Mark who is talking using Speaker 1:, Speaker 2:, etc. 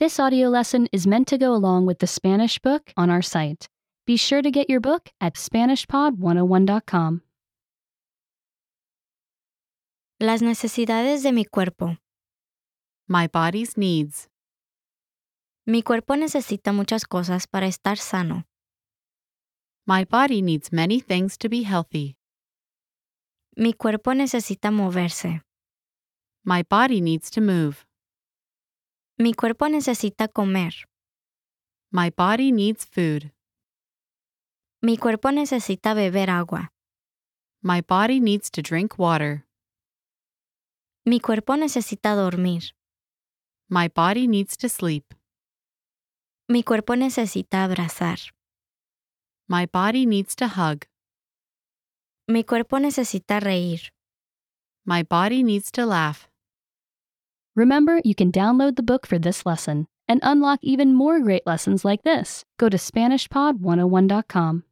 Speaker 1: This audio lesson is meant to go along with the Spanish book on our site. Be sure to get your book at SpanishPod101.com.
Speaker 2: Las necesidades de mi cuerpo.
Speaker 3: My body's needs.
Speaker 2: Mi cuerpo necesita muchas cosas para estar sano.
Speaker 3: My body needs many things to be healthy.
Speaker 2: Mi cuerpo necesita moverse.
Speaker 3: My body needs to move.
Speaker 2: Mi cuerpo necesita comer.
Speaker 3: My body needs food.
Speaker 2: Mi cuerpo necesita beber agua.
Speaker 3: My body needs to drink water.
Speaker 2: Mi cuerpo necesita dormir.
Speaker 3: My body needs to sleep.
Speaker 2: Mi cuerpo necesita abrazar.
Speaker 3: My body needs to hug.
Speaker 2: Mi cuerpo necesita reír.
Speaker 3: My body needs to laugh.
Speaker 1: Remember, you can download the book for this oh lesson and unlock even more great lessons like this. Go to SpanishPod101.com.